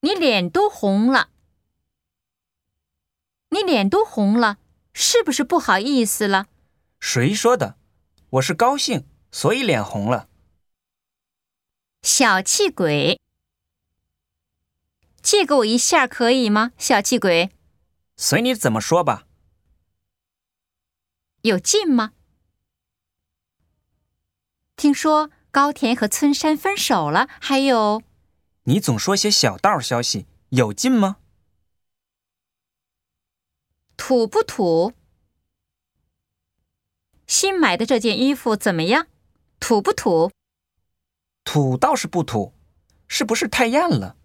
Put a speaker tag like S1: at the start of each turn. S1: 你脸都红了，你脸都红了，是不是不好意思了？
S2: 谁说的？我是高兴，所以脸红了。
S1: 小气鬼，借给我一下可以吗？小气鬼，
S2: 随你怎么说吧。
S1: 有劲吗？听说高田和村山分手了，还有
S2: 你总说些小道消息，有劲吗？
S1: 土不土？新买的这件衣服怎么样？土不土？
S2: 土倒是不土，是不是太艳了？